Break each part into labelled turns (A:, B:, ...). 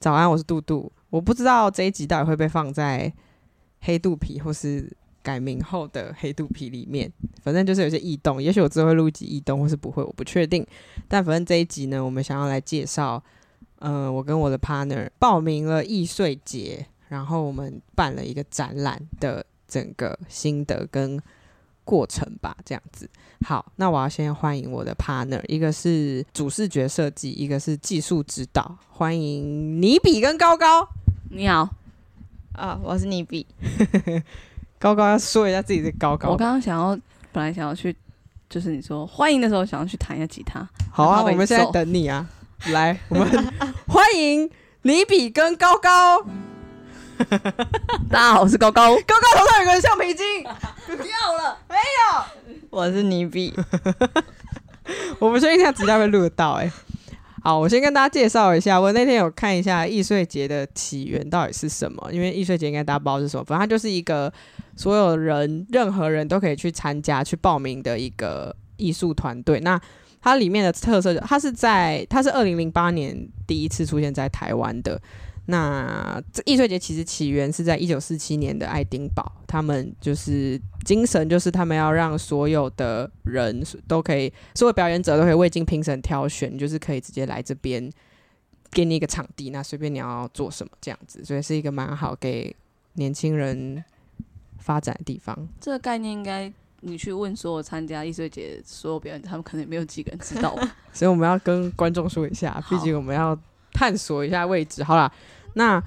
A: 早安，我是杜杜。我不知道这一集到底会被放在黑肚皮或是改名后的黑肚皮里面，反正就是有些异动。也许我之后会录一集异动，或是不会，我不确定。但反正这一集呢，我们想要来介绍，呃，我跟我的 partner 报名了易碎节，然后我们办了一个展览的整个心得跟过程吧，这样子。好，那我要先欢迎我的 partner，一个是主视觉设计，一个是技术指导，欢迎尼比跟高高。
B: 你好，
C: 啊、我是尼比，
A: 高高要说一下自己是高高
B: 我，刚刚想要，本来想要去，就是你说欢迎的时候，想要去弹一下吉他。
A: 好
B: 怕
A: 啊，
B: 被
A: 我们现在
B: 揍
A: 等你啊，来，我们 欢迎尼比跟高高，高
B: 大家好，我是高高。
A: 高头上有个橡皮筋，
B: 掉了，
C: 我是尼比，我
A: 我不确定他吉他会录得到哎、好，我先跟大家介绍一下，我那天有看一下易碎节的起源到底是什么，因为易碎节应该大家不知道是什么，反正它就是一个所有人、任何人都可以去参加、去报名的一个艺术团队。那它里面的特色就，它是在它是二零零八年第一次出现在台湾的。那这易碎节其实起源是在一九四七年的爱丁堡，他们就是精神就是他们要让所有的人都可以，所有表演者都可以未经评审挑选，你就是可以直接来这边给你一个场地，那随便你要做什么这样子，所以是一个蛮好给年轻人发展的地方。
B: 这个概念应该你去问所有参加艺术节所有表演者，他们可能也没有几个人知道 吧。
A: 所以我们要跟观众说一下，
B: 好
A: 毕竟我们要探索一下位置。好啦，那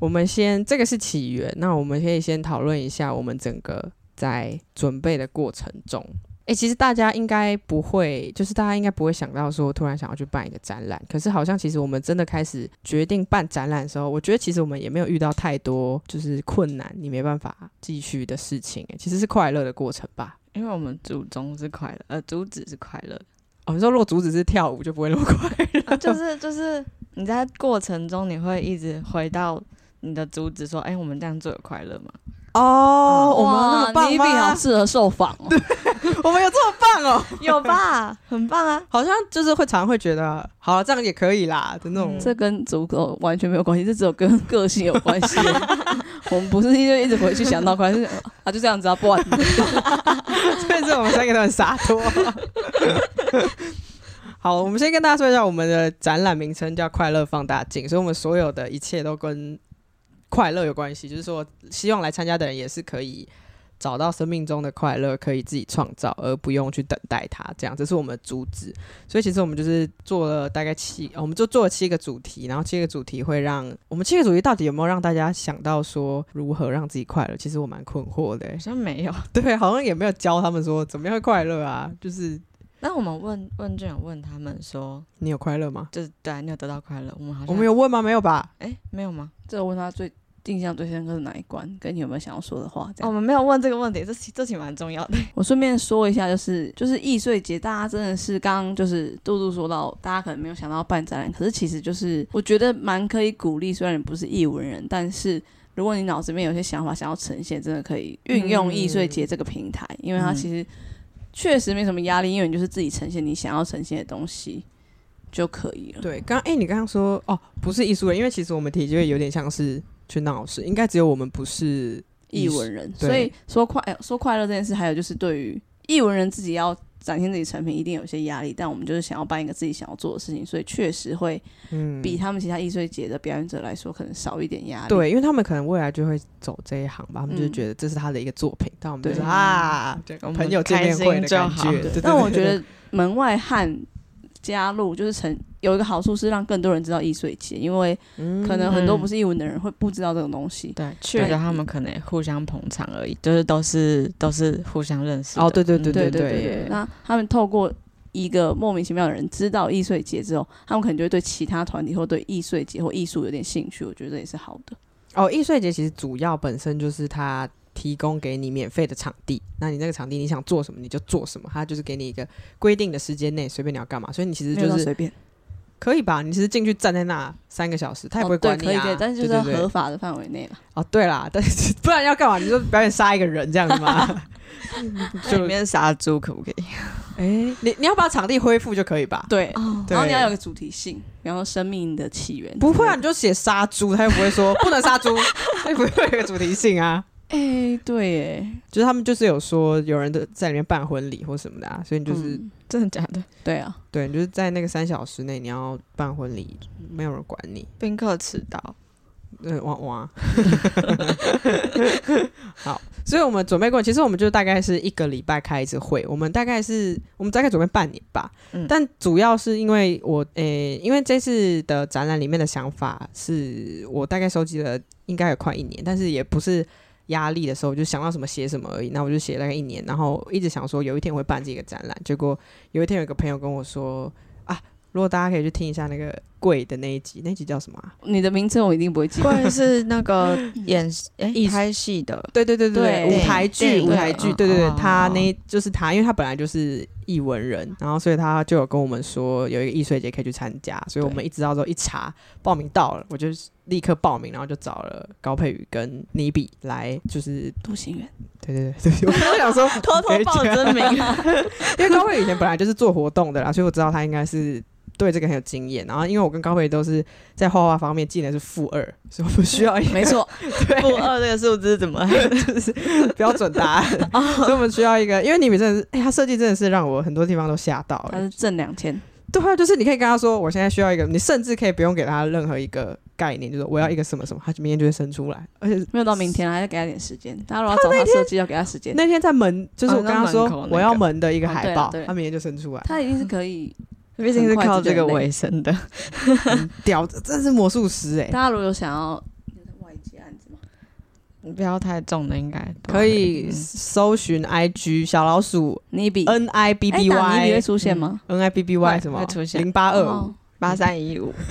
A: 我们先这个是起源，那我们可以先讨论一下我们整个在准备的过程中。诶，其实大家应该不会，就是大家应该不会想到说突然想要去办一个展览。可是好像其实我们真的开始决定办展览的时候，我觉得其实我们也没有遇到太多就是困难，你没办法继续的事情、诶，其实是快乐的过程吧。
C: 因为我们祖宗是快乐，呃，主旨是快乐的，
A: 哦，你说如果竹子是跳舞就不会那么快乐，
C: 啊就是就是你在过程中你会一直回到你的主旨，说，哎、我们这样做有快乐吗？
A: 哦，我们那么
B: 嗯哇，
A: 棒
B: 你比
A: 吗
B: 好？适合受访 哦。
A: 我们有这么棒哦？
C: 有吧，很棒啊，
A: 好像就是会常会觉得，好了，这样也可以啦的那
C: 嗯
A: 种。
B: 嗯这跟足够完全没有关系，这只有跟个性有关系。 我们不是就一直回去想到关系啊，就这样子啊，不 玩。
A: 所以这我们三个都很洒脱。 好，我们先跟大家说一下，我们的展览名称叫“快乐放大镜”，所以我们所有的一切都跟快乐有关系，就是说，希望来参加的人也是可以找到生命中的快乐，可以自己创造，而不用去等待它。这样，这是我们的主旨。所以，其实我们就是做了大概七，我们就做了七个主题，然后七个主题会让我们七个主题到底有没有让大家想到说如何让自己快乐？其实我蛮困惑的、欸
C: 好。像没有。
A: 对，好像也没有教他们说怎么样会快乐啊，就是
C: 那我们问问卷有问他们说，
A: 你有快乐吗？
C: 就是对、啊，你有得到快乐，我们好像
A: 我们有，问吗？没有吧？
C: 哎、没有吗？
B: 这我问他最印象最深刻是哪一关，跟你有没有想要说的话？这
C: 哦，
B: 样。
C: 我们没有问这个问题，这其这题蛮重要的。
B: 我顺便说一下，就是就是易碎节，大家真的是刚刚就是杜杜说到，大家可能没有想到办展览，可是其实就是我觉得蛮可以鼓励，虽然你不是艺文人，但是如果你脑子里面有些想法想要呈现，真的可以运用易碎节这个平台，因为它其实确实没什么压力，因为你就是自己呈现你想要呈现的东西就可以了。
A: 对，刚哎、你刚刚说哦，不是艺术人，因为其实我们体就有点像是去闹事，应该只有我们不是
B: 艺文人，
A: 对
B: 所以说快呃说快乐这件事，还有就是对于艺文人自己要展现自己产品，一定有些压力。但我们就是想要办一个自己想要做的事情，所以确实会
A: 嗯
B: 比他们其他艺术节的表演者来说，可能少一点压力。，
A: 对，因为他们可能未来就会走这一行吧，他们就是
B: 嗯
A: 觉得这是他的一个作品，但我们就是
B: 对
A: 啊，这
C: 我们
A: 朋友见面会的感
C: 开心就
A: 觉
C: 好。
A: 对对
B: 但我
A: 对
B: 觉
A: 对
B: 得门外汉加入就是成有一个好处是让更多人知道艺术节，因为
A: 嗯
B: 可能很多
C: 嗯
B: 不是艺文的人会不知道这种东西。
C: 对，去了他们可能也互相捧场而已，就是都是都是互相认识的。
A: 哦，对对对
C: 嗯
B: 对
A: 对
B: 对对。那他们透过一个莫名其妙的人知道易碎节之后，他们可能就会对其他团体或对易碎节或艺术有点兴趣，我觉得也是好的。
A: 哦，易碎节其实主要本身就是它提供给你免费的场地，那你那个场地你想做什么你就做什么，它就是给你一个规定的时间内，随便你要干嘛，所以你其实
B: 没有
A: 就
B: 到
A: 是
B: 随便，
A: 可以吧？你其实进去站在那三个小时，他也不会
B: 哦对
A: 管你、啊
B: 可以可以，但是就是
A: 对
B: 要
A: 对对
B: 合法的范围内了。
A: 哦，对啦， 但是不 然要干嘛？你就表演杀一个人这样子吗？
C: 那里面杀猪可不可以？
A: 哎、你你要把场地恢复就可以吧？
B: 对，
C: 哦，
A: 对
B: 然后你要有个主题性，比方说生命的起源。
A: 不会啊，你，就写杀猪，他又不会说不能杀 猪， 他又不会有一个主题性啊。
B: 哎，对，哎，
A: 就是他们就是有说有人的在里面办婚礼或什么的啊，所以你就是、
B: 嗯
C: 真的假的？
B: 对啊，
A: 对你就是在那个三小时内你要办婚礼，没有人管你。
C: 宾客迟到，
A: 嗯，哇哇， 好，所以我们准备过，其实我们就大概是一个礼拜开一次会，我们大概是我们大概准备半年吧，
C: 嗯
A: 但主要是因为我，诶、因为这次的展览里面的想法是我大概收集了应该有快一年，但是也不是。压力的时候，我就想到什么写什么而已。那我就写大概一年，然后一直想说有一天我会办这个展览。结果有一天有一个朋友跟我说啊，如果大家可以去听一下那个贵的那一集，那一集叫什么、啊？
B: 你的名称我一定不会记
C: 或
B: 得。
C: 者是那个演哎
A: 艺术
C: 拍戏的，
A: 对对对对，
B: 对
A: 舞台
C: 电
A: 剧
C: 影
A: 舞台剧，
C: 嗯
A: 对对对
C: 哦，
A: 他那就是他，因为他本来就是艺文人，然后所以他就有跟我们说有一个艺术节可以去参加，所以我们一知道之后一查报名到了，我就立刻报名，然后就找了高佩宇跟尼比来，就是
B: 杜行远
A: 对对对 对，我刚刚想 说
B: 偷偷报真 名，
A: 因为高慧以前本来就是做活动的啦，所以我知道他应该是对这个很有经验。然后因为我跟高慧都是在画画方面技能是负二，所以我们需要一 个
B: 没错，
C: 负二这个数字怎么？
A: 标准答案，所以我们需要一个，因为你们真的是，哎、他设计真的是让我很多地方都吓到
B: 他
A: 了。
B: 是正两千，
A: 对啊，就是你可以跟他说，我现在需要一个，你甚至可以不用给他任何一个概念，就是我要一个什么什么，他明天就会生出来。而且
B: 没有到明天啊，还是给他点时间。大家如果要找他设计，要给他时间。
A: 那天在门，就是我
C: 哦
A: 跟他说、
C: 那门口那个
A: 我要门的一个
B: 哦
A: 海
B: 对啊
A: 报，
B: 对
A: 他明天就生出来，
B: 他一定是可以。
C: 毕竟是靠这个为生的，
A: 很屌，这真是魔术师哎、
B: 大家如果有想要外接案子嘛，
C: 不要太重的应该都
A: 可以
C: 嗯
A: 搜寻 IG 小老鼠
B: 你比
A: N I 呃 B
B: 哎
A: B
B: 打尼比会
A: Y
B: 出现吗？
A: N I B B Y
C: 会
A: 什么
C: 会出现
A: 零八二五
B: 哦，
C: 八三一五，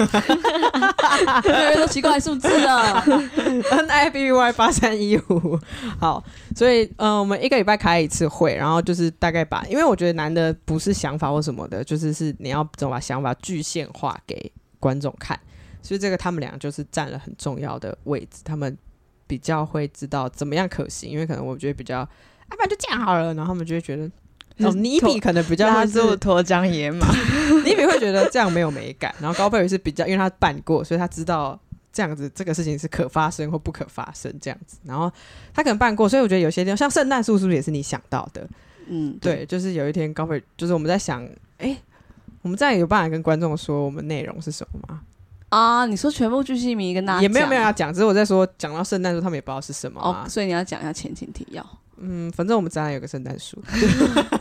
B: 越来越多奇怪的数字了。
A: N I B B Y 八三一五。好，所以嗯、呃我们一个礼拜开一次会，然后就是大概把，因为我觉得难的不是想法或什么的，就是是你要怎么把想法具现化给观众看，所以这个他们俩就是占了很重要的位置，他们比较会知道怎么样可行，因为可能我觉得比较，要、啊、不然就这样好了，然后他们就会觉得。哦，尼比可能比较
C: 拉
A: 会是
C: 住脱缰野马，
A: 尼比会觉得这样没有美感，然后高贝尔是比较，因为他办过，所以他知道这样子这个事情是可发生或不可发生这样子。然后他可能办过，所以我觉得有些地方像圣诞树是不是也是你想到的？
B: 嗯，
A: 对，就是有一天高贝尔，就是我们在想，哎、我们这样有办法跟观众说我们内容是什么吗？
B: 啊，你说全部巨细迷跟大家
A: 也没有
B: 讲
A: 没有啊要讲，只是我在说讲到圣诞树，他们也不知道是什么、啊
B: 哦，。所以你要讲一下前情提要，
A: 嗯，反正我们展览有个圣诞 树，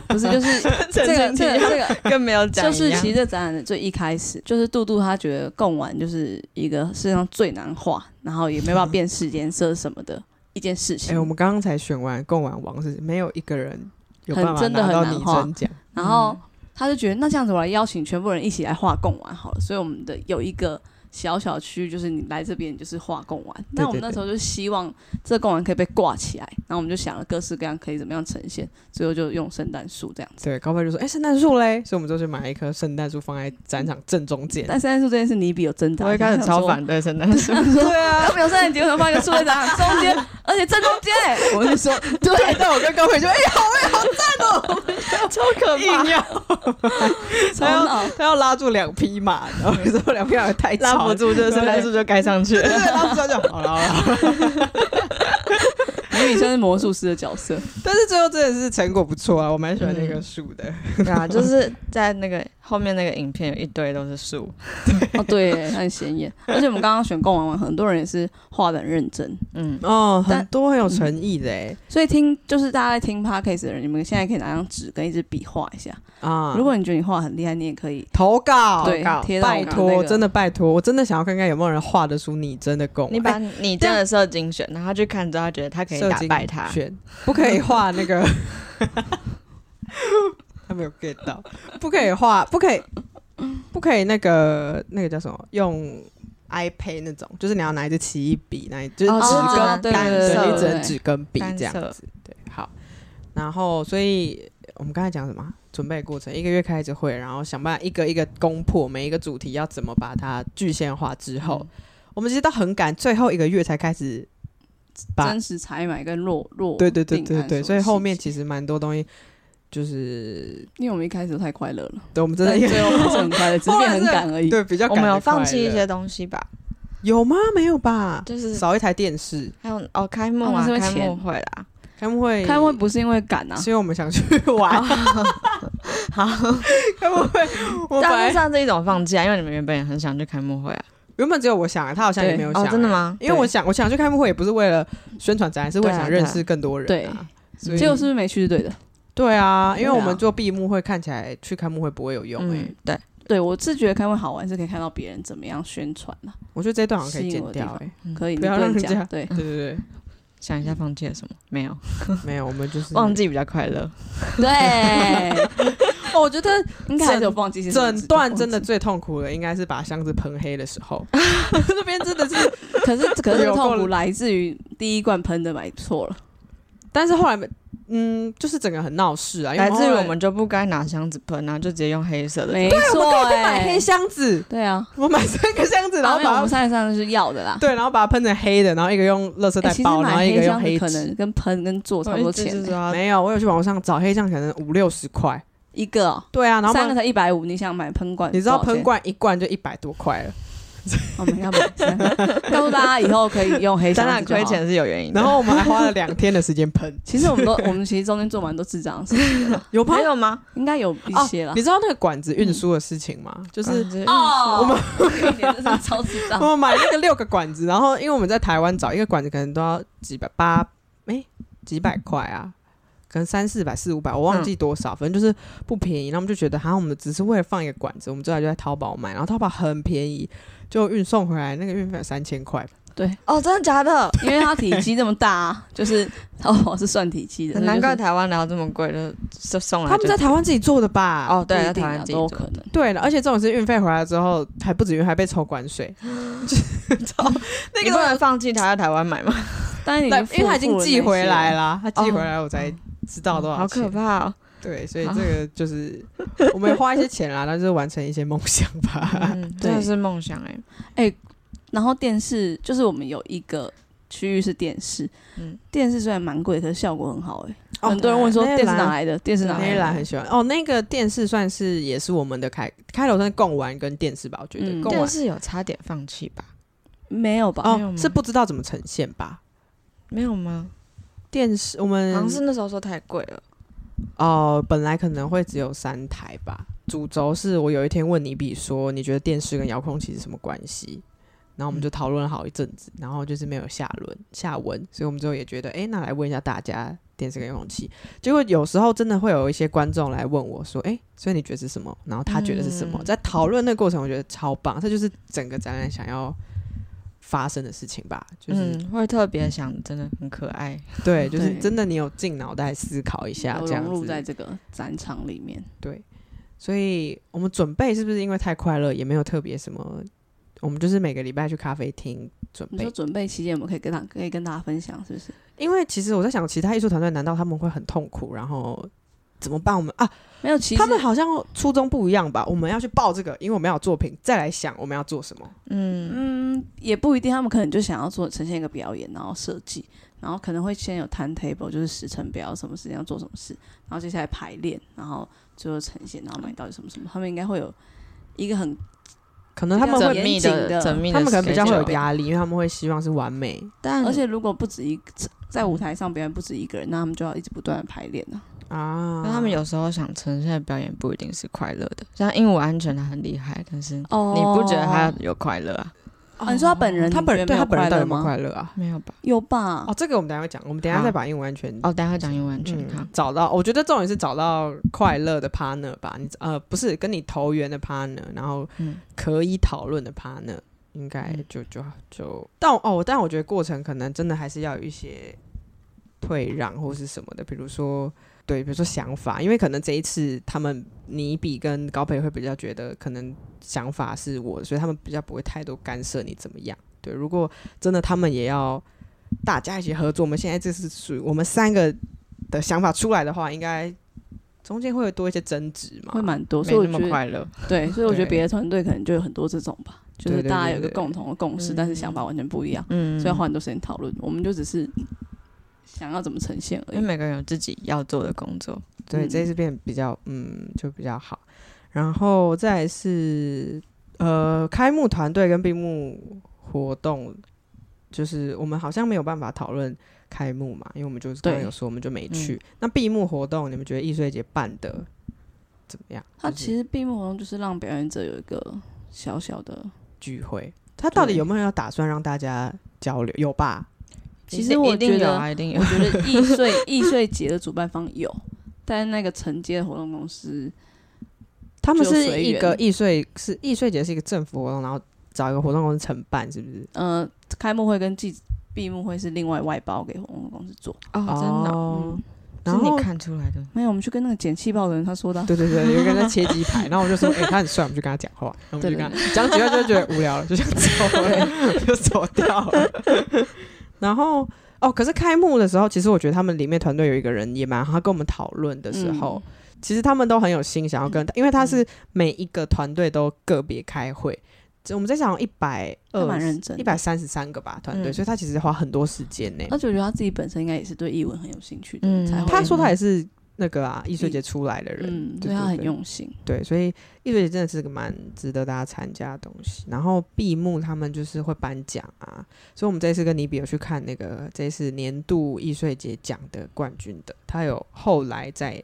B: 不是就是 这个这个这个。
C: 更没有讲
B: 就
C: 一
B: 是
C: 样
B: 其实这展览的最一开始，就是杜杜他觉得贡丸就是一个世界上最难画，然后也没办法辨识颜色什么的一件事
A: 哎、
B: 情。
A: 我们刚刚才选完贡丸王是没有一个人有办法
B: 很真的
A: 拿
B: 很
A: 到
B: 难
A: 拟
B: 画
A: 真奖。
B: 然后他就觉得那这样子，我来邀请全部人一起来画贡丸好了。所以我们的有一个小小区域，就是你来这边你就是画贡丸。那我们那时候就希望这贡丸可以被挂起来，然后我们就想了各式各样可以怎么样呈现，最后就用圣诞树这样子。
A: 对，高飞就说：“哎、圣诞树嘞！”所以我们就去买一棵圣诞树放在展场正中间。
B: 但圣诞树这件事，你比有挣扎，
C: 我一开始超反对圣 诞 树，
B: 对啊，他们有圣诞节，为什么放一个树在长中 间，而且正中间？我就说，对，
A: 对，但我跟高飞说：“哎、
C: 超可
A: 硬要
B: 超闹。
A: 他要拉住两匹马，然后说两匹马太吵，
C: 拉不住就
A: 对
C: 是圣诞树，就盖上 去
A: 对，
C: 了。
A: 拉不住就好了好了。好了
B: 你也像是魔术师的角色，
A: 但是最后真的是成果不错啊，我蛮喜欢那棵树的。
C: 对啊，就是在那个后面那个影片有一堆都是树，
B: 哦，对耶，很显眼。而且我们刚刚选贡丸丸，很多人也是画的很认真。
C: 嗯，
A: 哦，
B: 但
A: 很多很有诚意的哎、
B: 所以听就是大家在听 podcast 的人，你们现在可以拿张纸跟一支笔画一下。
A: 啊，
B: 如果你觉得你画很厉害，你也可以。
A: 投稿，投
B: 对
A: 稿
B: 贴到我
A: 拜
B: 们
A: 托，
B: 那个
A: 真的拜托，我真的想要看看有没有人画得出你真的贡
C: 你把你真的射精选，然后他去看之后，他觉得他可以
A: 射
C: 打
A: 精
C: 败他，
A: 选不可以画那个， 他没有 get 到，不可以画，不可以，不可以那个那个叫什么？用 iPad 那种，就是你要拿一支奇异笔，那一就是
C: 哦
A: 纸
C: 我知
A: 跟、
C: 道对
A: 单
C: 对对
A: 对
C: 对
A: 一
B: 对
A: 整纸跟笔
C: 单
A: 这样
C: 色
A: 子。对，好。然后，所以我们刚才讲什么啊？准备过程，一个月开一次会，然后想办法一个一个攻破每一个主题要怎么把它具现化之后，
C: 嗯
A: 我们其实到很赶，最后一个月才开始把
B: 真实采买跟落落
A: 对对对
B: 定
A: 对
B: 案
A: 对，
B: 什
A: 所
B: 么
A: 以
B: 事
A: 后面
B: 情
A: 其实蛮多东西，就是
B: 因为我们一开始都太快乐了，
A: 对我们真的
B: 但
A: 也
B: 最后不是 很快乐，只是变很赶而已。
A: 对比较
C: 我们
A: 赶
C: 有
A: 得
C: 放
A: 快
C: 弃一
A: 乐
C: 些东西吧，
A: 有吗？没有吧？
C: 就是
A: 少一台电视，
C: 还有哦，开幕
B: 哦
C: 啊，
B: 是会
C: 开幕
B: 钱
C: 会啦，
A: 开幕会，
B: 开会不是因为赶啊，
A: 是因为我们想去玩，
C: 哦 好，
A: 开幕 会，我本
C: 大致
A: 来
C: 上是一种放假，因为你们原本也很想去开幕会啊。
A: 原本只有我想，啊他好像也没有想，欸
C: 哦，
B: 欸
C: 真的？吗？
A: 因为我想，我想去开幕会也不是为了宣传展览，是为了
C: 对啊
A: 想认识更多人、啊。所以
B: 结果是不是没去是对的？
A: 对啊，因为
B: 对啊
A: 我们做闭幕会看起来去开幕会不会有用哎、
B: 欸
C: 嗯，对，
B: 对我是觉得开会好玩，是可以看到别人怎么样宣传啊，
A: 我觉得这一段好像可以
B: 吸引
A: 剪
B: 我的
A: 掉
B: 地
A: 哎、
B: 可以
A: 不
B: 你
A: 要
B: 能
A: 让人家
B: 讲对。
A: 对对
C: 想一下放弃了什么？没有，
A: 对，没有，我们就是
C: 忘记比较快乐。
B: 对， 哦，我觉得应该还是有放弃些什么
A: 整
B: 值得
A: 段
B: 忘
A: 真的
B: 记，
A: 最痛苦的应该是把箱子喷黑的时候，那边真的是，
B: 可是可是这
A: 有够
B: 个
A: 了
B: 痛苦来自于第一罐喷的买错了，
A: 但是后来嗯，就是整个很闹事
B: 哎
A: 啊，因为
C: 来自于
A: 后
C: 我们就不该拿箱子喷啊，就直接用黑色的。
B: 没错
A: 买
B: 哎
A: 黑，箱子，
B: 对啊，
A: 我买三个箱 子，然
B: 然
A: 后
B: 后我
A: 把
B: 们
A: 它、
B: 上一上是要的啦。
A: 对，然后把它喷成黑的，然后一个用垃圾
B: 哎
A: 袋
B: 其实
A: 包，然后
B: 买
A: 一个
B: 黑
A: 用
B: 箱
A: 黑
B: 子可
A: 纸。
B: 能跟喷跟做差不多钱欸，
C: 啊，
A: 没有，我有去网上找黑酱，可能五六十块。
B: 一个哦
A: 对啊，然后
B: 三个
A: 嘛
B: 才一百五，你想买喷罐？
A: 你知道喷？罐一罐就一百多块了，
B: 我们哦要买三个。告诉大家以后可以用黑箱
C: 展览
B: 子就好，
C: 亏钱。是有原因的。
A: 然后我们还花了两天的时间喷
B: 其实我们都，我们其实中间做蛮多智障的事情的啦，
A: 有吗哦
C: 没？有吗？
B: 应该有 一些啦
A: 你。知道那个管子运输的事情吗？就是
C: 是
B: 哦，我们一年真是超智障。
C: 哦
A: 我买那个六个管子，然后因为我们在台湾找一个管子可能都要几百八，哎、几百块啊，可能三四百、四五百，我忘记多少，反正就是不便宜。然后我们就觉得，哈，我们只是为了放一个管子，我们最后就在淘宝买，然后淘宝很便宜，就运送回来，那个运费有三千块吧，
C: 哦，真的假的？
B: 因为它体积这么大、啊，就是淘宝是算体积的，
C: 难怪
B: 所
C: 台湾聊这么贵，就就送来
A: 他
C: 就。
A: 们在台湾自己做的吧？
C: 哦，对，
B: 以就
C: 在
B: 是不一
C: 台
B: 定啊
C: 湾自己
B: 都有
C: 做
B: 可能。
A: 对了，而且这种是运费回来之后，还不止运，还被抽管 水，那
C: 你
A: 个
C: 不能放弃他在台湾买吗？
B: 但是你
A: 对，因为
B: 他
A: 他已经寄回来，啦，他寄
C: 哦
A: 回来我才知道多少
C: 好
A: 钱。
C: 可怕 哦！
A: 对，所以这个就是我们也花一些钱啦，但就是完成一些梦想吧。
C: 嗯，真的
B: 对
C: 是梦想哎。
B: 然后电视就是我们有一个区域是电视，
C: 嗯
B: 电视虽然蛮贵，可是效果很好哎、
A: 哦
B: 很多人问说
A: 对
B: 电视
A: 那一栏
B: 哪来的？电视哪
A: 那
B: 来
A: 一栏很
B: 的？
A: 喜欢哦，那个电视算是也是我们的开开头算是贡丸跟电视吧，我觉得
B: 嗯
A: 贡
B: 电
A: 丸
C: 但是有差点放弃吧？
B: 没有吧？
C: 没有
A: 哦
C: 吗
A: 是不知道怎么呈现吧。
C: 没有吗？
A: 电视我
C: 好像
A: 们
C: 是那时候说太贵了。
A: 哦，本来可能会只有三台吧。主轴是我有一天问你比说，你觉得电视跟遥控器是什么关系？然
B: 嗯
A: 后我们就讨论了好一阵子，然后就是没有下轮下文，所以我们最后也觉得，哎，那来问一下大家电视跟遥控器。结果有时候真的会有一些观众来问我说，哎，所以你觉得是什么？然后他觉得是什么？
C: 嗯
A: 在讨论那个过程，我觉得超棒，这就是整个展览想要发生的事情吧，就是、
C: 嗯，会特别想，真的很可爱。
A: 对，就是
B: 对
A: 真的你有进脑袋思考一下，
B: 有
A: 这样
B: 融入
A: 子
B: 在这个展场里面，
A: 对，所以我们准备是不是因为太快乐，也没有特别什么？我们就是每个礼拜去咖啡厅准
B: 你说
A: 备。
B: 准备期间我们可以跟他可以跟大家分享，是不是？
A: 因为其实我在想，其他艺术团队难道他们会很痛苦，然后怎么办？我们啊，
B: 没有，其实
A: 他们好像初衷不一样吧？我们要去报这个，因为我们要有作品，再来想我们要做什么。
C: 嗯，
B: 嗯，也不一定，他们可能就想要做呈现一个表演，然后设计，然后可能会先有 timetable，就是时程表，什么时间要做什么事，然后接下来排练，然后最后呈现，然后买到底什么什么，他们应该会有一个很
A: 可能他们会
C: 缜，密
B: 严谨的
C: 的，缜密的
A: 他们可能比较会有
C: schedule
A: 压力，因为他们会希望是完美。
C: 但
B: 而且如果不止一在舞台上表演不止一个人，那他们就要一直不断的排练啊。
A: 啊，
C: 但他们有时候想呈现的表演不一定是快乐的，像鹦鹉安全他很厉害，但是你
B: 哦
C: 不觉得他有快乐啊？
B: 哦你说他本人
A: 他本人
B: 你觉
A: 对他
B: 得没有
A: 本人到底有没有
B: 快
A: 快乐啊？
C: 没有吧？
B: 有吧？
A: 哦，这个我们等一下会讲，我们等一下
C: 好
A: 再把英文完全
C: 哦，待会讲鹦鹉安全
A: 嗯
C: 好，
A: 找到，我觉得重点是找到快乐的 partner 吧。你呃，不是跟你投缘的 partner，然后
C: 嗯
A: 可以讨论的 partner，应该
C: 嗯
A: 就就就，但我哦，但我觉得过程可能真的还是要有一些退让或是什么的，比如说对，比如说想法，因为可能这一次他们你比跟高培会比较觉得可能想法是我的，所以他们比较不会太多干涉你怎么样。对，如果真的他们也要大家一起合作，我们现在这是属于我们三个的想法出来的话，应该中间会有多一些争执嘛？
B: 会蛮多，所以
C: 没
B: 我
C: 那
B: 觉
C: 么
B: 得
C: 快乐。
B: 对，所以我觉得
A: 对
B: 别的团队可能就有很多这种吧，就
A: 对
B: 是
A: 对
B: 大家
A: 对
B: 有一个
A: 对
B: 共同的共识，
C: 嗯
B: 但是想法完全不一样，
C: 嗯
B: 所以要花很多时间讨论。我们就只是想要怎么呈现而
C: 因为
A: 嗯
B: 已。
C: 每个人有自己要做的工作，
A: 对，
B: 嗯
A: 这一次变得比较嗯就比较好。然后再来是呃，开幕团队跟闭幕活动，就是我们好像没有办法讨论开幕嘛，因为我们就是刚刚
B: 对嗯
A: 有说我们就没去。那闭幕活动，你们觉得易碎节办的怎么样？
B: 它
A: 就是
B: 其实闭幕活动就是让表演者有一个小小的，
A: 聚会，他到底
B: 对
A: 有没有打算让大家交流？有吧？
B: 其实我
C: 一定有
B: 觉得
C: 啊，一定有
B: 我。觉得易 碎易碎节的主办方有，但是那个承接的活动公司，
A: 他们
B: 就是随
A: 一
B: 缘
A: 个易碎，是易碎节是一个政府活动，然后找一个活动公司承办，是不是？
B: 呃，开幕会跟记闭幕会是另外外包给活动公司做。
C: 哦， 真的哦，
A: 哦
B: 嗯，
A: 然
C: 是
A: 后
C: 你看出来的。
B: 没有，我们去跟那个捡气泡的人他说的啊、
A: 对对对，有一个人在切鸡排，然后我就说，哎、他很帅，我们就跟他讲话，然后我们就跟他讲几句，就觉得无聊了，就想走了， 就走掉了。然后哦，可是开幕的时候，其实我觉得他们里面团队有一个人也蛮好，他跟我们讨论的时候，
B: 嗯
A: 其实他们都很有心想要跟，因为他是每一个团队都个别开会。这我们在想一百
B: 他蛮
A: 二
B: 认真
A: 一
B: 的哦
A: 百三十三个吧团队，
C: 嗯
A: 所以他其实花很多时间呢、
B: 而且我觉得他自己本身应该也是对译文很有兴趣的，
C: 嗯
B: 才会
A: 他说他也是那个啊艺术节出来的人，
B: 嗯，
A: 对
B: 对他
A: 对
B: 很
A: 对
B: 用心。
A: 对，所以艺术节真的是个蛮值得大家参加的东西。然后闭幕他们就是会颁奖啊，所以我们这次跟尼比有去看那个这次年度艺术节奖的冠军的，他有后来在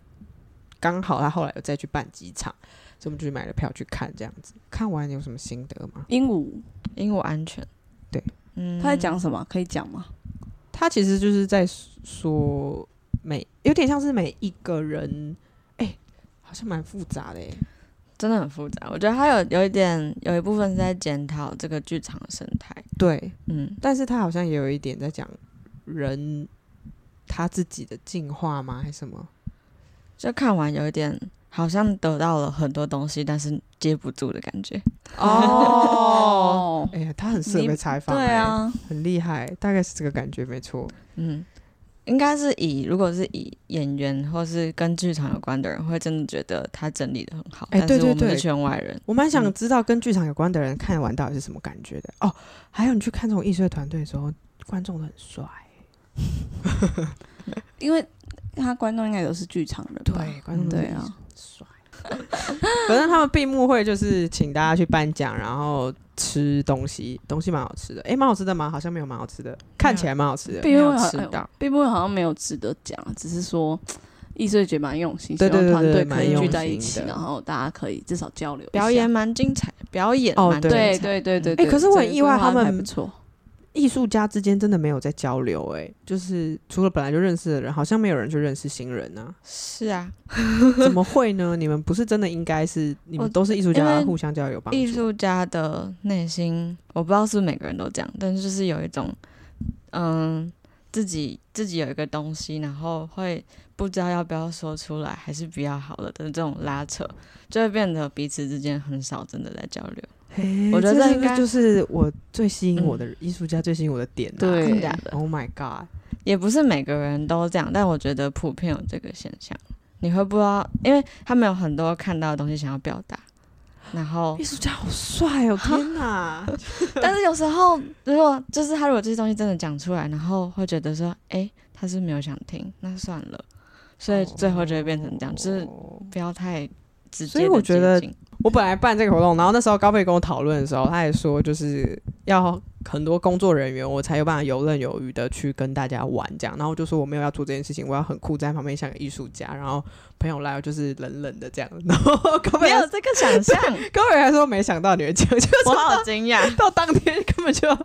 A: 刚好他后来有再去办几场，所以我们就去买了票去看这样子。看完有什么心得吗？
B: 鹦鹉
C: 因为我安全。
A: 对，
C: 嗯
B: 他在讲什么？可以讲吗？
A: 他其实就是在说每有点像是每一个人，哎、好像蛮复杂的、欸，
C: 真的很复杂。我觉得他有有一点有一部分是在检讨这个剧场的生态。
A: 对，
C: 嗯，
A: 但是他好像也有一点在讲人他自己的进化吗？还是什么？
C: 就看完有一点好像得到了很多东西，但是接不住的感觉。
A: 哦，， 哎呀，他很适合
B: 你
A: 被采访、
B: 对啊，
A: 哎，很厉害，大概是这个感觉，没错。
C: 嗯，应该是以如果是以演员或是跟剧场有关的人，会真的觉得他整理的很好。
A: 哎
C: 但是
A: 对对
C: 我们
A: 对
C: 是圈外人，
A: 我蛮想
C: 嗯
A: 知道跟剧场有关的人看完到底是什么感觉的哦。还有你去看这种艺术团队的时候，观众都很帅，
B: 因为他观众应该都是剧场人吧，
A: 对观众都是
B: 对啊，
A: 帅。 反正他们闭幕会就是请大家去颁奖，然后吃东西，东西蛮好吃的，哎、蛮好吃的吗？好像没有蛮好吃的，看起来蛮好吃的。
B: 闭嗯幕会好
C: 没有吃到，
B: 闭幕会好像没有值得讲，只是说。易碎节蛮用心，
A: 对
B: 希望
A: 对对
B: 团
A: 对
B: 队
A: 蛮
B: 可以
A: 用
B: 聚在一
A: 心
B: 起，
A: 的
B: 然后大家可以至少交流一下
C: 表演。蛮精彩，表演
A: 哦
C: 蛮精
B: 对
C: 彩。，
B: 对对对，
A: 哎可是我很
B: 对
A: 意外
B: 这个
A: 他们
B: 安排不错，
A: 艺术家之间真的没有在交流、欸，就是除了本来就认识的人，好像没有人去认识新人啊
C: 是啊，
A: 怎么会呢？你们不是真的应该是你们
C: 我
A: 都是艺术家
C: 因，为
A: 互相交流有帮
C: 艺
A: 助。
C: 术家的内心，我不知道是不是每个人都这样，但是就是有一种，嗯，自己自己有一个东西，然后会不知道要不要说出来，还是比较好了的这种拉扯，就会变得彼此之间很少真的在交流，
A: 嘿
C: 我觉得
A: 这是
C: 这
A: 嗯不是
C: 应该
A: 欸就是我最吸引我的艺术家，最吸引我的点、啊。
B: 对
C: 真的假的？
A: ，Oh my god！
C: 也不是每个人都这样，但我觉得普遍有这个现象，你会不知道，因为他们有很多看到的东西想要表达，然后
A: 艺术家好帅哦，天 哪！
C: 但是有时候，如果就是他如果这些东西真的讲出来，然后会觉得说，哎、他是没有想听，那算了，所以最后就会变成这样，就是不要太直接。
A: 所以我觉得，我本来办这个活动，然后那时候高贝跟我讨论的时候，他也说就是要很多工作人员，我才有办法游刃有余的去跟大家玩这样。然后我就说我没有要做这件事情，我要很酷，在旁边像个艺术家。然后朋友来，我就是冷冷的这样。 然后高
C: 没
A: 贝
C: 有这个想象，
A: 高贝还说没想到你会这样， 就是
C: 我好惊讶。
A: 到当天根本就，我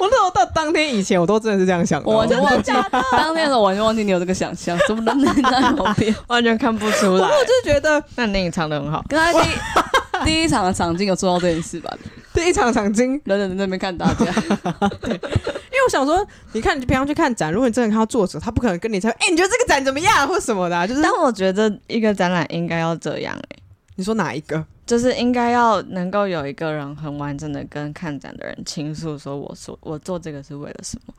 A: 那时候到当天以前，我都真的是这样想的。哦
B: 我完全
A: 我
B: 忘记当天的时候，我完全忘记你有这个想象，怎么能在旁 边？
C: 完全看不出来，
A: 就觉得
C: 那你隐藏的很 好。
B: 跟他第一 第一场的场景有做到这件事吧？
A: 第一场场经
B: 冷冷的那边看大家，
A: 因为我想说，你看你平常去看展，如果你真的看到作者，他不可能跟你说，哎、你觉得这个展怎么样，或什么的啊、就是
C: 但我觉得一个展览应该要这样、欸，
A: 你说哪一个？
C: 就是应该要能够有一个人很完整的跟看展的人倾诉，说我说我做这个是为了什么。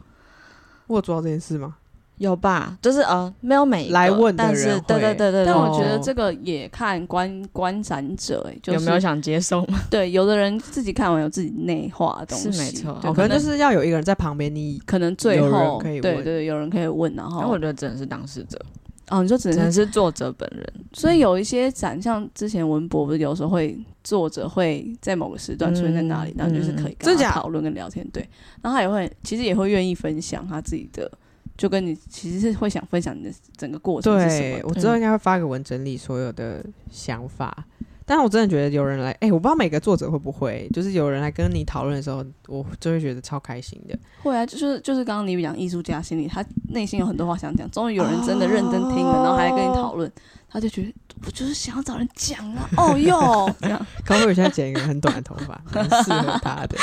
A: 我有做到这件事吗？
C: 有吧？就是呃，没有每一个
A: 来问的
C: 但
A: 人
C: 是
A: 会
C: 对对对对，
B: 但我
C: 对
B: 觉得这个也看观观展者、欸，就是
C: 有没有想接受嘛？
B: 对，有的人自己看完有自己内化的东西，
C: 是没错
B: 对
A: 哦，可能
B: 可
A: 就
B: 能
A: 是要有一个人在旁边，你
B: 可能最
A: 有人
B: 后
A: 可以
B: 对
A: 问
B: 对，有人可以问，然
C: 然后我
B: 后
C: 觉得只能是当事者，
B: 哦，你说只
C: 只
B: 能
C: 能
B: 是，
C: 哦是作者本人。
B: 所以有一些展，像之前文博不是有时候会作者会在某个时段出现在哪里，
C: 嗯
B: 然后就是可以跟
A: 真
B: 他
A: 假
B: 讨论跟聊天，对，然后他也会其实也会愿意分享他自己的，就跟你其实是会想分享你的整个过程是什么嗯
A: 对
B: 的，
A: 我之后应该会发个文整理所有的想法。但是我真的觉得有人来，哎、我不知道每个作者会不会，就是有人来跟你讨论的时候，我就会觉得超开心的。
B: 会啊，就是就是刚刚你讲艺术家心理，他内心有很多话想讲，终于有人真的认真听了，
A: 哦
B: 然后还跟你讨论，他就觉得我就是想要找人讲啊，哦哟，这样
A: 高慧宇现在剪一个很短的头发，蛮适合他的。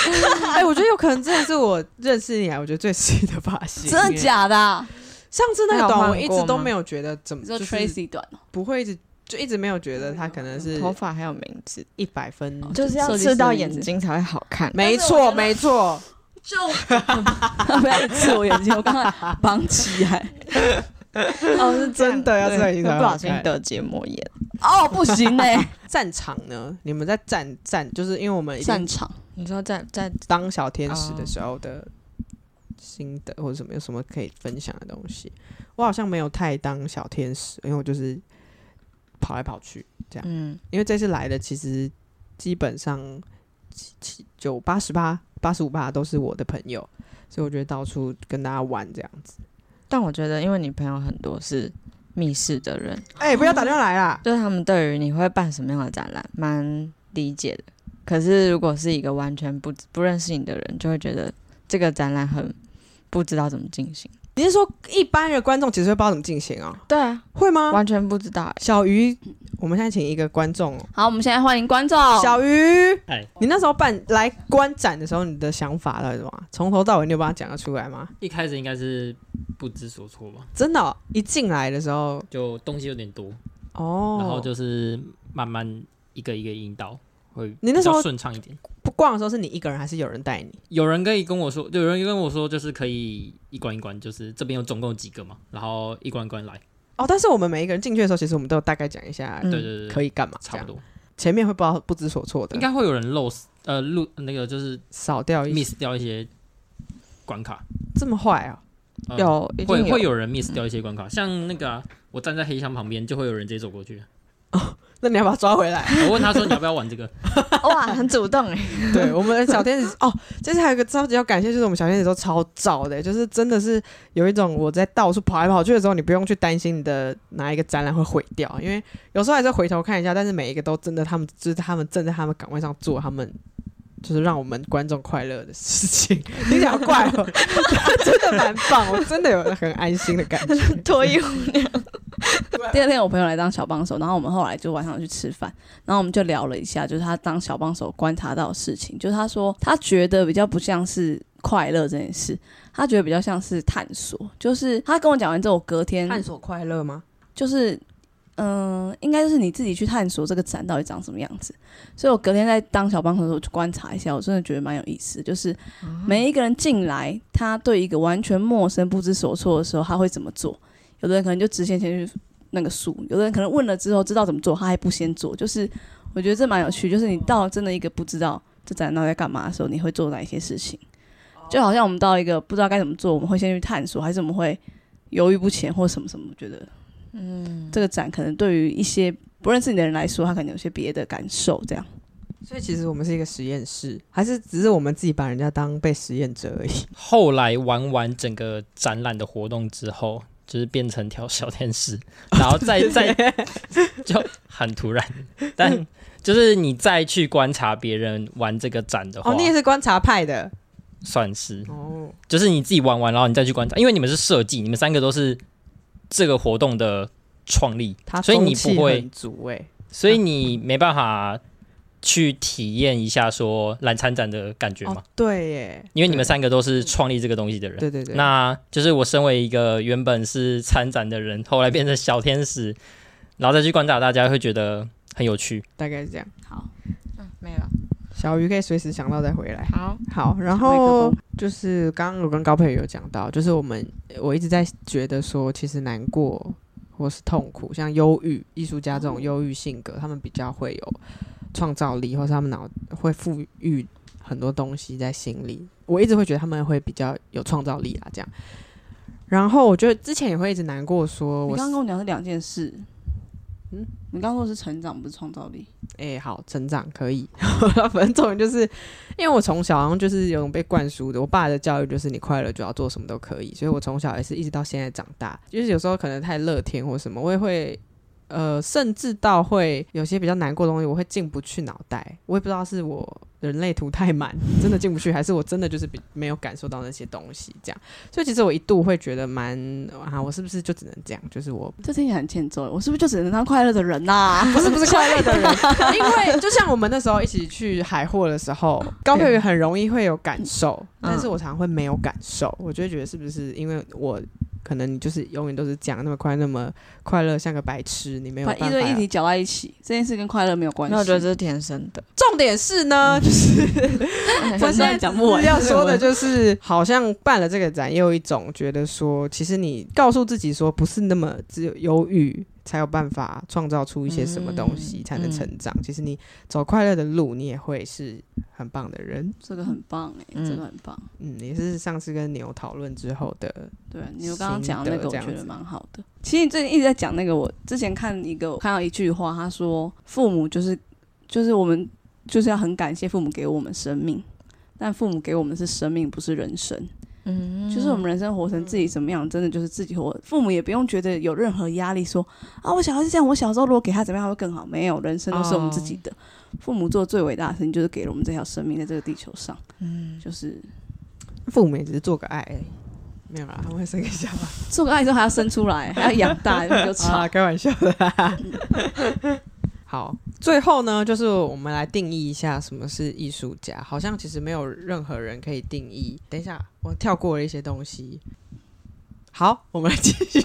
A: 哎、我觉得有可能真的是我认识你来，我觉得最新的发型。
B: 真的？假的啊？
A: 上次那个
C: 他有
A: 短
C: 换
A: 我一
C: 过
A: 直都
C: 吗
A: 没有觉得怎么，
B: 你说
A: 就是、
B: Tracy 短哦，
A: 不会一直就一直没有觉得他可能是
C: 头发还有名字，
A: 一百分。
B: 哦
C: 就是要
B: 设计师
C: 刺到
B: 的名
C: 眼
B: 字
C: 睛才会好 看。
A: 没
B: 但是我
A: 错，
B: 觉得
A: 没错。
B: 就不要一次我眼睛，我刚才绑起来，
C: 哦，是
A: 这样真的要刺到眼睛才会
C: 不
A: 好
C: 小心
A: 看
C: 得结膜炎。
B: 哦不行呢、
A: 战场呢？你们在战战，就是因为我们已经
B: 擅长
C: 你说在在
A: 当小天使的时候的心得，或者什么有什么可以分享的东西？我好像没有太当小天使，因为我就是跑来跑去这样。
C: 嗯，
A: 因为这次来的其实基本上七七九八十八八十五八都是我的朋友，所以我觉得到处跟大家玩这样子。
C: 但我觉得因为你朋友很多是密室的人，
A: 哎、不要打电话来啦！
C: 就是他们对于你会办什么样的展览蛮理解的。可是如果是一个完全不不认识你的人，就会觉得这个展览很不知道怎么进行。
A: 你是说一般的观众其实会不知道怎么进行哦？
C: 对啊，
A: 会吗？
C: 完全不知道、欸。
A: 小鱼，我们现在请一个观众、哦，
B: 好，我们现在欢迎观众。
A: 小鱼，
D: 哦哎，
A: 你那时候办来观展的时候，你的想法到底是什么？从头到尾，你有把它讲得出来吗？
D: 一开始应该是不知所措吧，
A: 真的哦、一进来的时候，
D: 就东西有点多，
A: 哦，
D: 然后就是慢慢一个一个引导，会
A: 你那时候
D: 比较顺畅一点。
A: 不逛的时候是你一个人还是有人带你？
D: 有人可以跟我说，有人跟我说，就是可以一关一关，就是这边有总共有几个嘛，然后一关一关来，
A: 哦，但是我们每一个人进去的时候，其实我们都有大概讲一下
C: 嗯
D: 对对对，
A: 可
D: 以，
A: 以干嘛，
D: 差不
A: 多。
D: 多。
A: 前面会不知道不知所措的，
D: 应该会有人漏呃漏那个就是
A: 少掉一些。
D: miss 掉一些关卡，
A: 这么坏啊？
D: 呃、
C: 有一
D: 会
C: 定
D: 会有人 miss 掉一些关卡，像那个啊、我站在黑箱旁边，就会有人直接走过去，
A: 那你要把它抓回来。
D: 我问他说你要不要玩这个，
C: 哇，很主动哎、
A: 对，我们的小天使哦，这次还有一个超级要感谢，就是我们小天使都超燥的，就是真的是有一种我在到处跑来跑去的时候，你不用去担心你的哪一个展览会毁掉，因为有时候还是回头看一下，但是每一个都真的他们就是他们正在他们岗位上做他们。就是让我们观众快乐的事 情，你讲怪哦，真的蛮棒，我真的有很安心的感 觉。
C: 脱衣服
B: 第二天我朋友来当小帮手，然后我们后来就晚上去吃饭，然后我们就聊了一下，就是他当小帮手观察到的事情，就是他说他觉得比较不像是快乐这件事，他觉得比较像是探索，就是他跟我讲完之后，我隔天
A: 索快乐吗？
B: 就是。嗯，应该就是你自己去探索这个展到底长什么样子。所以我隔天在当小帮手的时候，我去观察一下，我真的觉得蛮有意思的。就是每一个人进来，他对一个完全陌生、不知所措的时候，他会怎么做？有的人可能就直线先去那个树，有的人可能问了之后知道怎么做，他还不先做。就是我觉得这蛮有趣，就是你到了真的一个不知道这展到底在干嘛的时候，你会做哪一些事情？就好像我们到一个不知道该怎么做，我们会先去探索，还是我们会犹豫不前或什么什么？我觉得，嗯，这个展可能对于一些不认识你的人来说，他可能有些别的感受，这样。
A: 所以其实我们是一个实验室，还是只是我们自己把人家当被实验者而已。
D: 后来玩完整个展览的活动之后，就是变成条小天使， 然后
A: 哦
D: 再再就很突然，但就是你再去观察别人玩这个展的话，
A: 哦，你也是观察派的
D: 算是
A: 哦，
D: 就是你自己玩完，然后你再去观察，因为你们是设计，你们三个都是这个活动的创立，
A: 他
D: 所以
A: 风
D: 你
A: 气
D: 不会
A: 很足哎、
B: 欸
D: 所以你没办法去体验一下说懒参展的感觉嘛，
A: 哦，对耶，
D: 因为你们三个都是创立这个东西的人。
A: 对对对，
D: 那就是我身为一个原本是参展的人，后来变成小天使，然后再去观察大家，会觉得很有趣。
A: 大概是这样。
B: 好，
C: 嗯没了。
A: 小鱼可以随时想到再回来。
C: 好，
A: 好，然
B: 嗯麦克
A: 后
B: 风
A: 就是刚刚我跟高佩有讲到，就是我们呃我一直在觉得说，其实难过或是痛苦，像忧郁艺术家这种忧郁性格，他们比较会有创造力，或是他们脑会赋予很多东西在心里。我一直会觉得他们会比较有创造力啊，这样。然后我觉得之前也会一直难过，说
B: 你
A: 我
B: 刚刚
A: 是
B: 跟我讲是两件事，
A: 嗯
B: 嗯，你刚刚说的是成长，不是创造力。
A: 哎、好成长可以， 反正重点就是因为我从小好像就是有种被灌输的，我爸的教育就是你快乐就要做什么都可以，所以我从小也是一直到现在长大，就是有时候可能太乐天或什么，我也会。呃，甚至到会有些比较难过的东西，我会进不去脑袋，我也不知道是我人类图太满，真的进不去，还是我真的就是比没有感受到那些东西这样。所以其实我一度会觉得蛮啊，我是不是就只能这样？就是我
B: 这听起来很欠揍，欸我是不是就只能当快乐的人 呐、
A: 不是不是快乐的人， 因为就像我们那时候一起去海货的时候，高佩宇很容易会有感受，但是我常常会没有感受，我就会觉得是不是因为我可能你就是永远都是讲那么快那么快乐，像个白痴，你没有
B: 把
A: 办法。
B: 一对一题搅在一起，这件事跟快乐没有关系。
C: 那我觉得这是天生的。
A: 重点是呢，嗯就是
B: 我
A: 我
B: 现
A: 现
B: 在
A: 在
B: 讲不完。
A: 要说的就是，好像办了这个展，也有一种觉得说，其实你告诉自己说，不是那么只有忧郁才有办法创造出一些什么东西，
C: 嗯
A: 才能成长。其实你走快乐的路，你也会是很棒的人。
B: 这个很棒哎、
C: 嗯
B: 这个很棒。
A: 嗯，也是上次跟牛讨论之后的，
B: 对你刚刚讲的那个，我觉
A: 心得这样
B: 得
A: 子
B: 蛮好的。其实你最近一直在讲那个，我之前看一个，我看到一句话，他说：“父母就是就是我们就是要很感谢父母给我们生命，但父母给我们的是生命，不是人生。”
C: 嗯，
B: 就是我们人生活成
A: 嗯
B: 自己什么样，真的就是自己活。父母也不用觉得有任何压力说啊，我小孩是这样，我小时候如果给他怎么样，他会更好。没有，人生都是我们自
A: 哦
B: 己的。父母做最伟大的事情，就是给了我们这条生命在这个地球上。嗯，就是
A: 父母也只是做个爱而已，没有啦，他们会生个小孩
B: 做个爱之后还要生出来，还要养 大，有吵
A: 啊，。开玩笑的啦。好，最后呢，就是我们来定义一下什么是艺术家。好像其实没有任何人可以定义。等一下，我跳过了一些东西。好，我们来继续，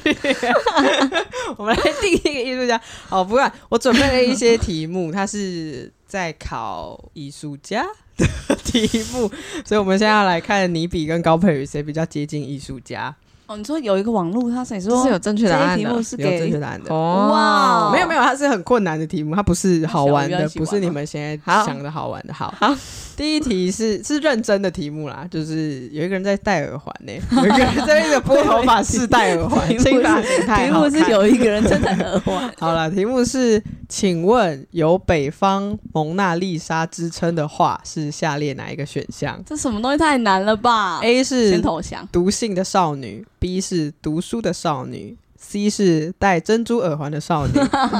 A: 我们来定义艺术家。哦，不管我准备了一些题目，它是在考艺术家的题目，所以我们现在要来看尼比跟高佩宇谁比较接近艺术家，
B: 哦，你说有一个网络，他谁
C: 这
B: 说
C: 是有正确
B: 这
C: 答
B: 些
C: 案
B: 题目
C: 的。
B: 是
A: 有正确
B: 给
A: 答案的。
B: 哇哦
A: 没有 没有，它是很困难的题目，它不是好玩
B: 那小鱼要
A: 的
B: 一，起
A: 不
B: 玩
A: 是你们现在
C: 好
A: 想的好玩的。好，第一题是是认真的题目啦，就是有一个人在戴耳环 呢、有一个人在那个拨头发式戴耳环，
B: 题目是
A: 这一发型太
B: 题
A: 好
B: 目是
A: 看。。
B: 有一个人正在耳环
A: 好了，题目是，请问有“北方蒙娜丽莎”之称的画是下列哪一个选项
B: 这什么东西太难了吧？
A: ？A
B: 先
A: 哎是
B: 投降。
A: 读信的少女，B 是读书的少女，C 是戴珍珠耳环的少 女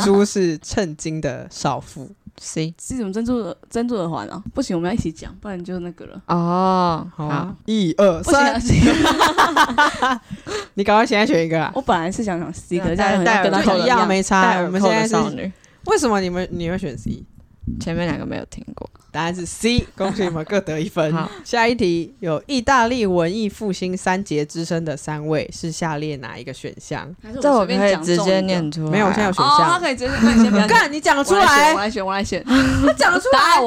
A: 猪是称斤的少妇。
C: C
B: 是什么珍珠耳珍珠耳环啊？不行，我们要一起讲，不然就那个了。
C: 哦，
A: 好
C: 好
A: 啊，，一二
B: 不行啊，
A: 三
B: 不，行啊
A: 你赶快现在选一个啊！
B: 我本来是想讲 C，可是
C: 戴
B: 现在
C: 戴
B: 要跟
C: 耳
B: 他
C: 我扣
B: 口
C: 的
A: 一样没差。啊
C: 戴
A: 我
C: 耳
A: 们
C: 扣
A: 现在
C: 的少
A: 是
C: 女，
A: 为什么你们你会选 C？
C: 前面两个没有听过。。
A: 答案是 C，恭喜你们各得一分
C: 好，
A: 下一题有意大利文艺复兴三杰之称的三位是下列哪一个选项？
B: 还是
C: 这我
B: 随便
C: 可以
B: 讲
C: 直
B: 中
C: 接
B: 一个
C: 念出来啊。
A: 没有，我现在有选
B: 哦，他
A: 项。
B: 可以直接，那你先不要讲
A: 干，你讲得出
B: 我来选，我
A: 来，
B: 来选，我来选。
A: 他讲得出
B: 达尔
A: 来。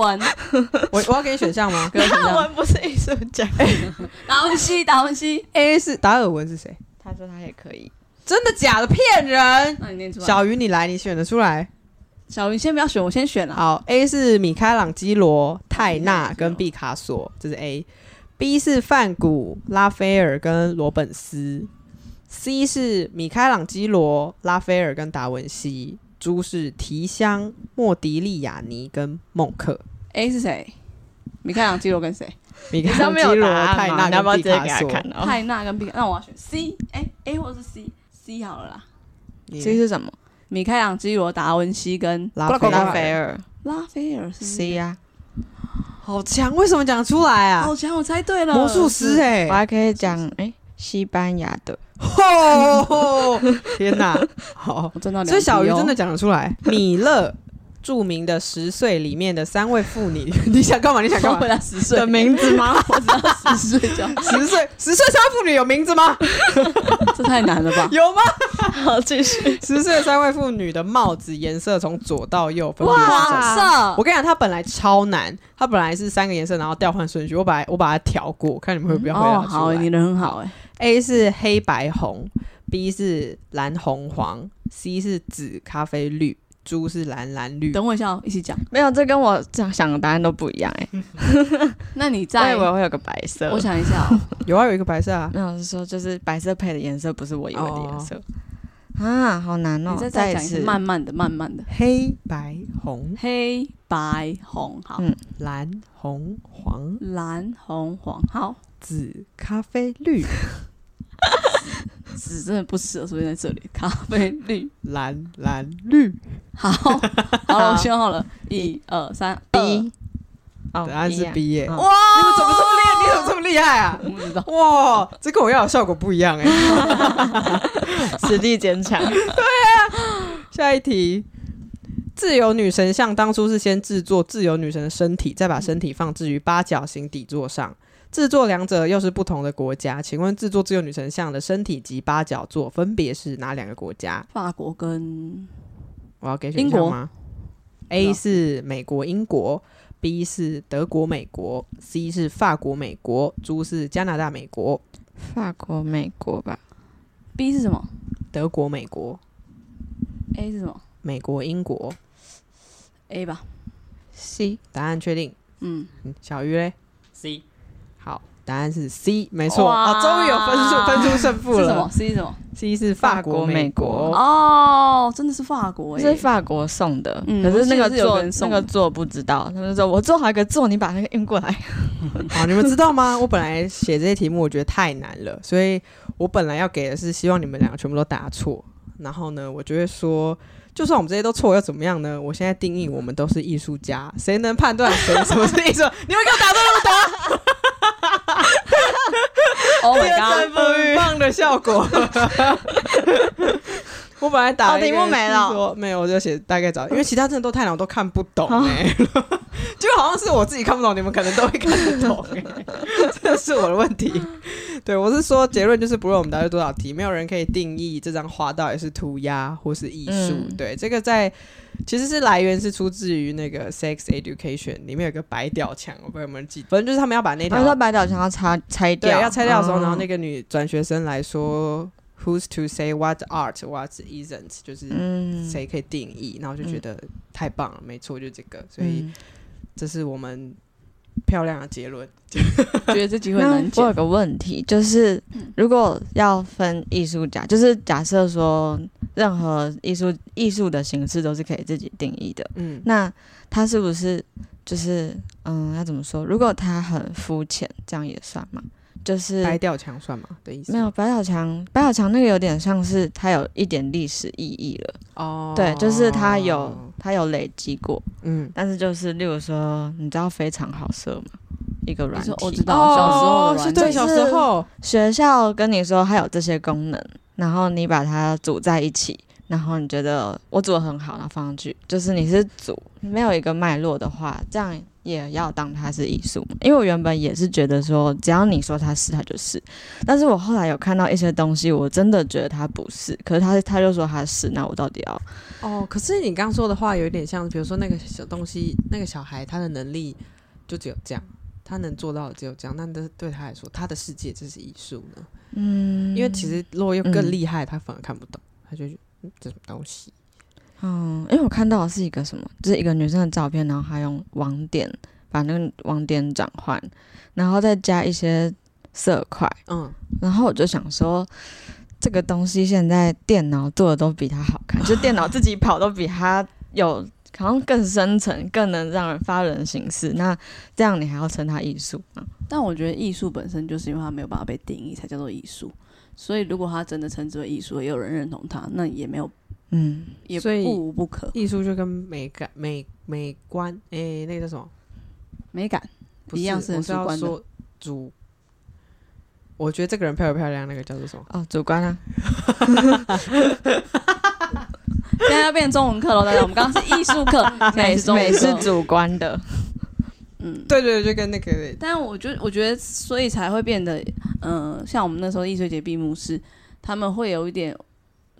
B: 文，
A: 我我要给你选项吗
B: 各位选项
C: 不是艺术家。
B: 达文西，达文西，
A: ？A 是达尔文是谁？
C: 他说他也可以。
A: 真的假的？骗人！
B: 那你念出来。小
A: 小鱼，你来，你选得出来。
B: 小云先不要选，我先选了。
A: 好，A 是米开朗基罗、泰纳跟毕卡索，这是 A。B 是范谷、拉斐尔跟罗本斯。C 是米开朗基罗、拉斐尔跟达文西。猪是提香、莫迪利亚尼跟孟克。
B: A 是谁？米开朗基罗跟谁？
A: 米
C: 你
A: 开
C: 上
A: 朗
C: 面
A: 基
C: 有答
A: 罗、
C: 案
A: 泰
C: 吗？
A: 纳
C: 你要不要
A: 跟
C: 直
A: 毕
C: 接给
A: 卡
C: 他
A: 索
C: 看。哦
B: 泰纳跟毕，那我要选 C，哎 A 或是 C，C 好了啦。
A: 你
C: ？C 是什么？
B: 米开朗基罗、达文西跟
A: 拉斐
C: 拉
A: 尔
C: 斐尔。
B: 拉斐尔是
C: C 啊，
A: 好强，为什么讲得出来啊
B: 好？哦强，我猜对了，
A: 魔术师哎、
C: 我还可以讲哎，西班牙的。
A: 吼！哦天哪，好。
B: 我赚到两题哦。
A: 所以小鱼真的讲得出来，米勒著名的十岁里面的三位妇 女，你想干嘛？你想干
B: 我回
A: 嘛？
B: 答十岁
A: 的名字吗？
B: 我只要十岁 讲，
A: 十岁十岁三位妇女 有名字吗？
B: 这太难了吧？
A: 有吗？
C: 好，继续。
A: 十岁三位妇女的帽子颜色从左到右分别是什么？
B: 黄色
A: 我，跟你讲，它本来超难，它本来是三个颜色，然后调换顺序。我把它我把它调过，看你们会不会回
B: 哦，
A: 答出
B: 好，你
A: 来。
B: 人很好哎。
A: A 是黑白红，B 是蓝红黄，C 是紫咖啡绿猪是蓝蓝绿。
B: 等我一下、哦，一起讲。
C: 没有，这跟我想想的答案都不一样哎、
B: 那你
C: 我
B: 在
C: 以，为会有个白色，
B: 我想一下、 哦，
A: 有啊，有一个白色啊。
C: 没有是说就是白色配的颜色不是我以为的颜色、啊，好难哦
B: 你。再
C: 再
B: 再讲一次，慢慢的，慢慢的，
A: 黑白红
B: 黑白红，好，
C: 嗯
A: 蓝红黄
B: 蓝红黄，好，
A: 紫咖啡绿
B: 纸真的不适合出现在这里，咖啡绿，
A: 蓝蓝绿，
B: 好， 好了，我选好了，一二三
C: B，哦
A: 答案是
C: B 啊
A: B 耶。
C: 嗯
A: 哇，你们怎么这么厉害？你怎么这么厉害啊？
B: 二，我不知道，
A: 哇，这跟我要的效果不一样哎。
C: 实力坚强。
A: 下一题，自由女神像当初是先制作自由女神的身体，再把身体放置于八角形底座上。制作两者又是不同的国家，请问制作自由女神像的身体及八角座分别是哪两个国家？
B: 法国跟
A: 我要给选
B: 英
A: 项
B: 国
A: 吗
B: 不
A: ？A
B: 知道
A: 是美国、英国；B 是德国、美国；C 是法国、美国；猪是加拿大、美国；
C: 法国、美国吧
B: B 是什么
A: 德国、美国；
B: ？A 是什么
A: 美国、英国。
B: ？A 吧，
C: ，C
A: 答案确定。
B: 嗯，
A: 嗯小鱼嘞？
D: C
A: 好，答案是 C，没错
B: 哇
A: 啊，终于有分数，分出胜负
B: 是什么
A: 了。
B: ？C 是什么？
A: C 是
C: 法
A: 法国、
C: 国
A: 美
C: 美国
A: 国。
B: 哦，真的是法国
C: 是
B: 诶，
C: 法国送的，
B: 嗯
C: 可是那
B: 我
C: 个
B: 记得是有
C: 座
B: 人送
C: 那
B: 的
C: 个座不知道，他们就说我做好一个座，你把那个运过来。
A: 好，你们知道吗？我本来写这些题目，我觉得太难了，所以我本来要给的是希望你们两个全部都答错。然后呢，我就会说，就算我们这些都错，又怎么样呢？我现在定义我们都是艺术家，谁能判断谁什么是艺术？ 你们给我答对
B: Oh
A: 哎这个
B: my god！
A: 很棒的效果。 我本来打
C: 哦
A: 了一
C: 题
A: 个
C: 目没了
A: 是说没有，我就写大概找，因为其他真的都太难，我都看不懂
C: 哦
A: 哎、 就好像是我自己看不懂，你们可能都会看得懂哎、 这是我的问题。对，我是说结论就是，不论我们答对多少题，没有人可以定义这张画到底是涂鸦或是艺术。
C: 嗯
A: 对，这个在其实是来源是出自于那个 Sex Education 里面有个白屌墙，我不知道有没有人记得，反正就是他们要把那条
C: 他说白鸟想要拆拆
A: 对，
C: 掉，嗯
A: 要拆掉的时候，然后那
C: 个
A: 个女转学生来说，Who's to say what art, what isn't？就是
C: 嗯
A: 谁可以定义？然后就觉得太棒了，没错，就这个。所以
C: 嗯
A: 这是我们漂亮的结论。
B: 觉得这机会很
C: 那
B: 难
C: 我有
B: 解，
C: 个问题，就是如果要分艺术家，就是假设说任何艺术艺术的形式都是可以自己定义的，
A: 嗯，
C: 那他是不是就是嗯，要怎么说？如果他很肤浅，这样也算吗？就是
A: 白掉墙算吗？的意思
C: 没有白小强，白小强那个有点像是他有一点历史意义了，
A: 哦，
C: 对，就是他有他有累积过，
A: 嗯，
C: 但是就是例如说，你知道非常好色吗？一个软
B: 你
C: 体
B: 说，我知道小时候的
A: 哦
B: 软
A: 是
B: 体
A: 对小时候
C: 学校跟你说它有这些功能，然后你把它组在一起，然后你觉得我组的很好，然后放上去，就是你是组没有一个脉络的话，这样也要当它是艺术嘛？因为我原本也是觉得说，只要你说它是，它就是。但是我后来有看到一些东西，我真的觉得它不是，可是他他就说它是，那我到底要
A: 哦，可是你刚说的话有点像，比如说那个小东西，那个小孩他的能力就只有这样。他能做到的只有这样，那对对他来说，他的世界这是艺术呢。
C: 嗯
A: 因为其实如果又更
C: 嗯
A: 厉害，他反而看不懂，他就觉得嗯这什么东西。
C: 嗯，因为我看到的是一个什么，就是一个女生的照片，然后她用网点把那个网点转换，然后再加一些色块，
A: 嗯，
C: 然后我就想说，这个东西现在电脑做的都比它好看，就电脑自己跑都比它有好像更深层，更能让人发人省思。那这样你还要称它艺术吗？
B: 但我觉得艺术本身就是因为它没有办法被定义，才叫做艺术。所以如果它真的称之为艺术，也有人认同它，那也没有
C: 嗯，
B: 也
A: 所以
B: 不无不可。
A: 艺术就跟美感、美美观，诶，那个叫什么？
B: 美感
A: 不
B: 一样是
A: 我
B: 很
A: 是
B: 主
A: 要
B: 观的
A: 说主。我觉得这个人漂不漂亮，那个叫做什么？
C: 哦，主观啊，
B: 现在要变中文课了，大家。我们刚刚是艺术课，现在
C: 美
B: 是中文
C: 美是
B: 课。
C: 主观的，
B: 嗯，
A: 对对，对就跟那个
B: 但我觉得，我觉得，所以才会变得，嗯、像我们那时候艺术节闭幕式，他们会有一点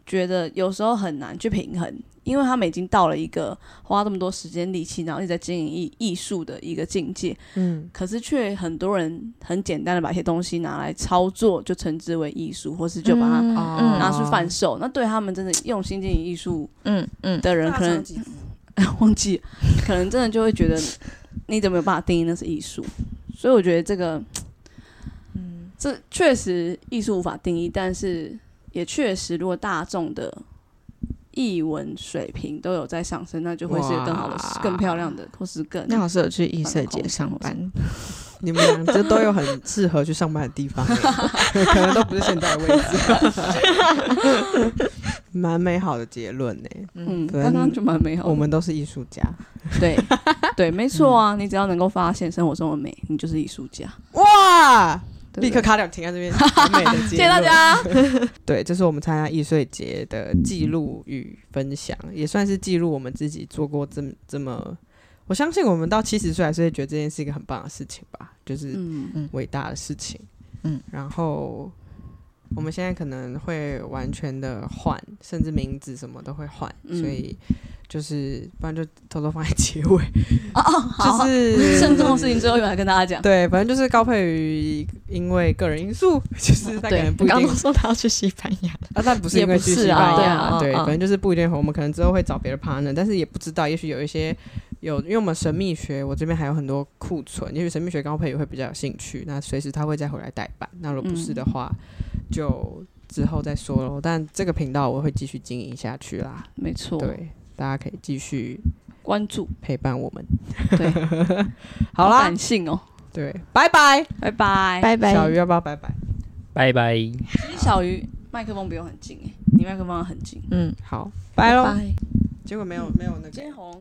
B: 觉得有时候很难去平衡因为他们已经到了一个花这么多时间力气，然后一直在经营艺艺术的一个境界，
A: 嗯，
B: 可是却很多人很简单的把一些东西拿来操作，就称之为艺术，或是就把它
C: 嗯
A: 哦
B: 拿去贩售。那对他们真的用心经营艺术
C: 嗯嗯
B: 的人，可能忘记了，可能真的就会 觉得你怎么有办法定义那是艺术？所以我觉得这个，嗯，这确实艺术无法定义，但是也确实，如果大众的译文水平都有在上升，那就会是更好的
A: 哇、
B: 更漂亮的，或是更
C: 那好适合去易碎节上班，
A: 你们俩这都有很适合去上班的地方欸，可能都不是现在的位置， 蛮美好的结论呢。
B: 嗯，
A: 可能
B: 刚刚就蛮美好的。
A: 我们嗯都是艺术家，
B: 对对，没错啊，你只要能够发现生活中的美，你就是艺术家。
A: 哇！
B: 对不
A: 立刻
B: 对
A: 卡掉，停在这边，完美的结论。
B: 谢谢大家。
A: 对，这是我们参加易碎节的记录与分享，也算是记录我们自己做过这么这么。我相信我们到七十岁还是会觉得这件是一个很棒的事情吧，就是
B: 嗯，
A: 伟大的事情。
C: 嗯，
A: 然后我们现在可能会完全的换，甚至名字什么都会换，
B: 嗯
A: 所以就是不然就偷偷放在结尾，
B: 哦哦，好
A: 就
B: 好
A: 是
B: 慎重的事情最后一来跟大家讲。
A: 对，反正就是高佩瑜因为个人因素，
B: 哦
A: 就是他可能不一
C: 刚
A: 定
C: 刚说他要去西班牙，
A: 啊，但不是因为去西
B: 也
A: 班
B: 不是
A: 牙，
B: 啊
A: 对，
C: 对啊嗯嗯
A: 反正就是不一定会。我们可能之后会找别的 partner，但是也不知道，也许有一些有，因为我们神秘学，我这边还有很多库存，也许神秘学高配也会比较有兴趣，那随时他会再回来代班。那如果不是的话，就之后再说喽。但这个频道我会继续经营下去啦，
B: 没错，
A: 对，大家可以继续
B: 关注，
A: 陪伴我们。
B: 对，
A: 好啦
B: 感，性哦，
A: 对，拜拜，
B: 拜拜。
C: 拜拜。
A: 哎小鱼要不要拜拜？
D: 拜拜。
B: 其实小鱼麦克风欸不用很近哎，你麦克风要很近。
C: 嗯，
A: 好，拜喽。
C: 拜。
A: 结果没有没有那个
B: 今。天喉咙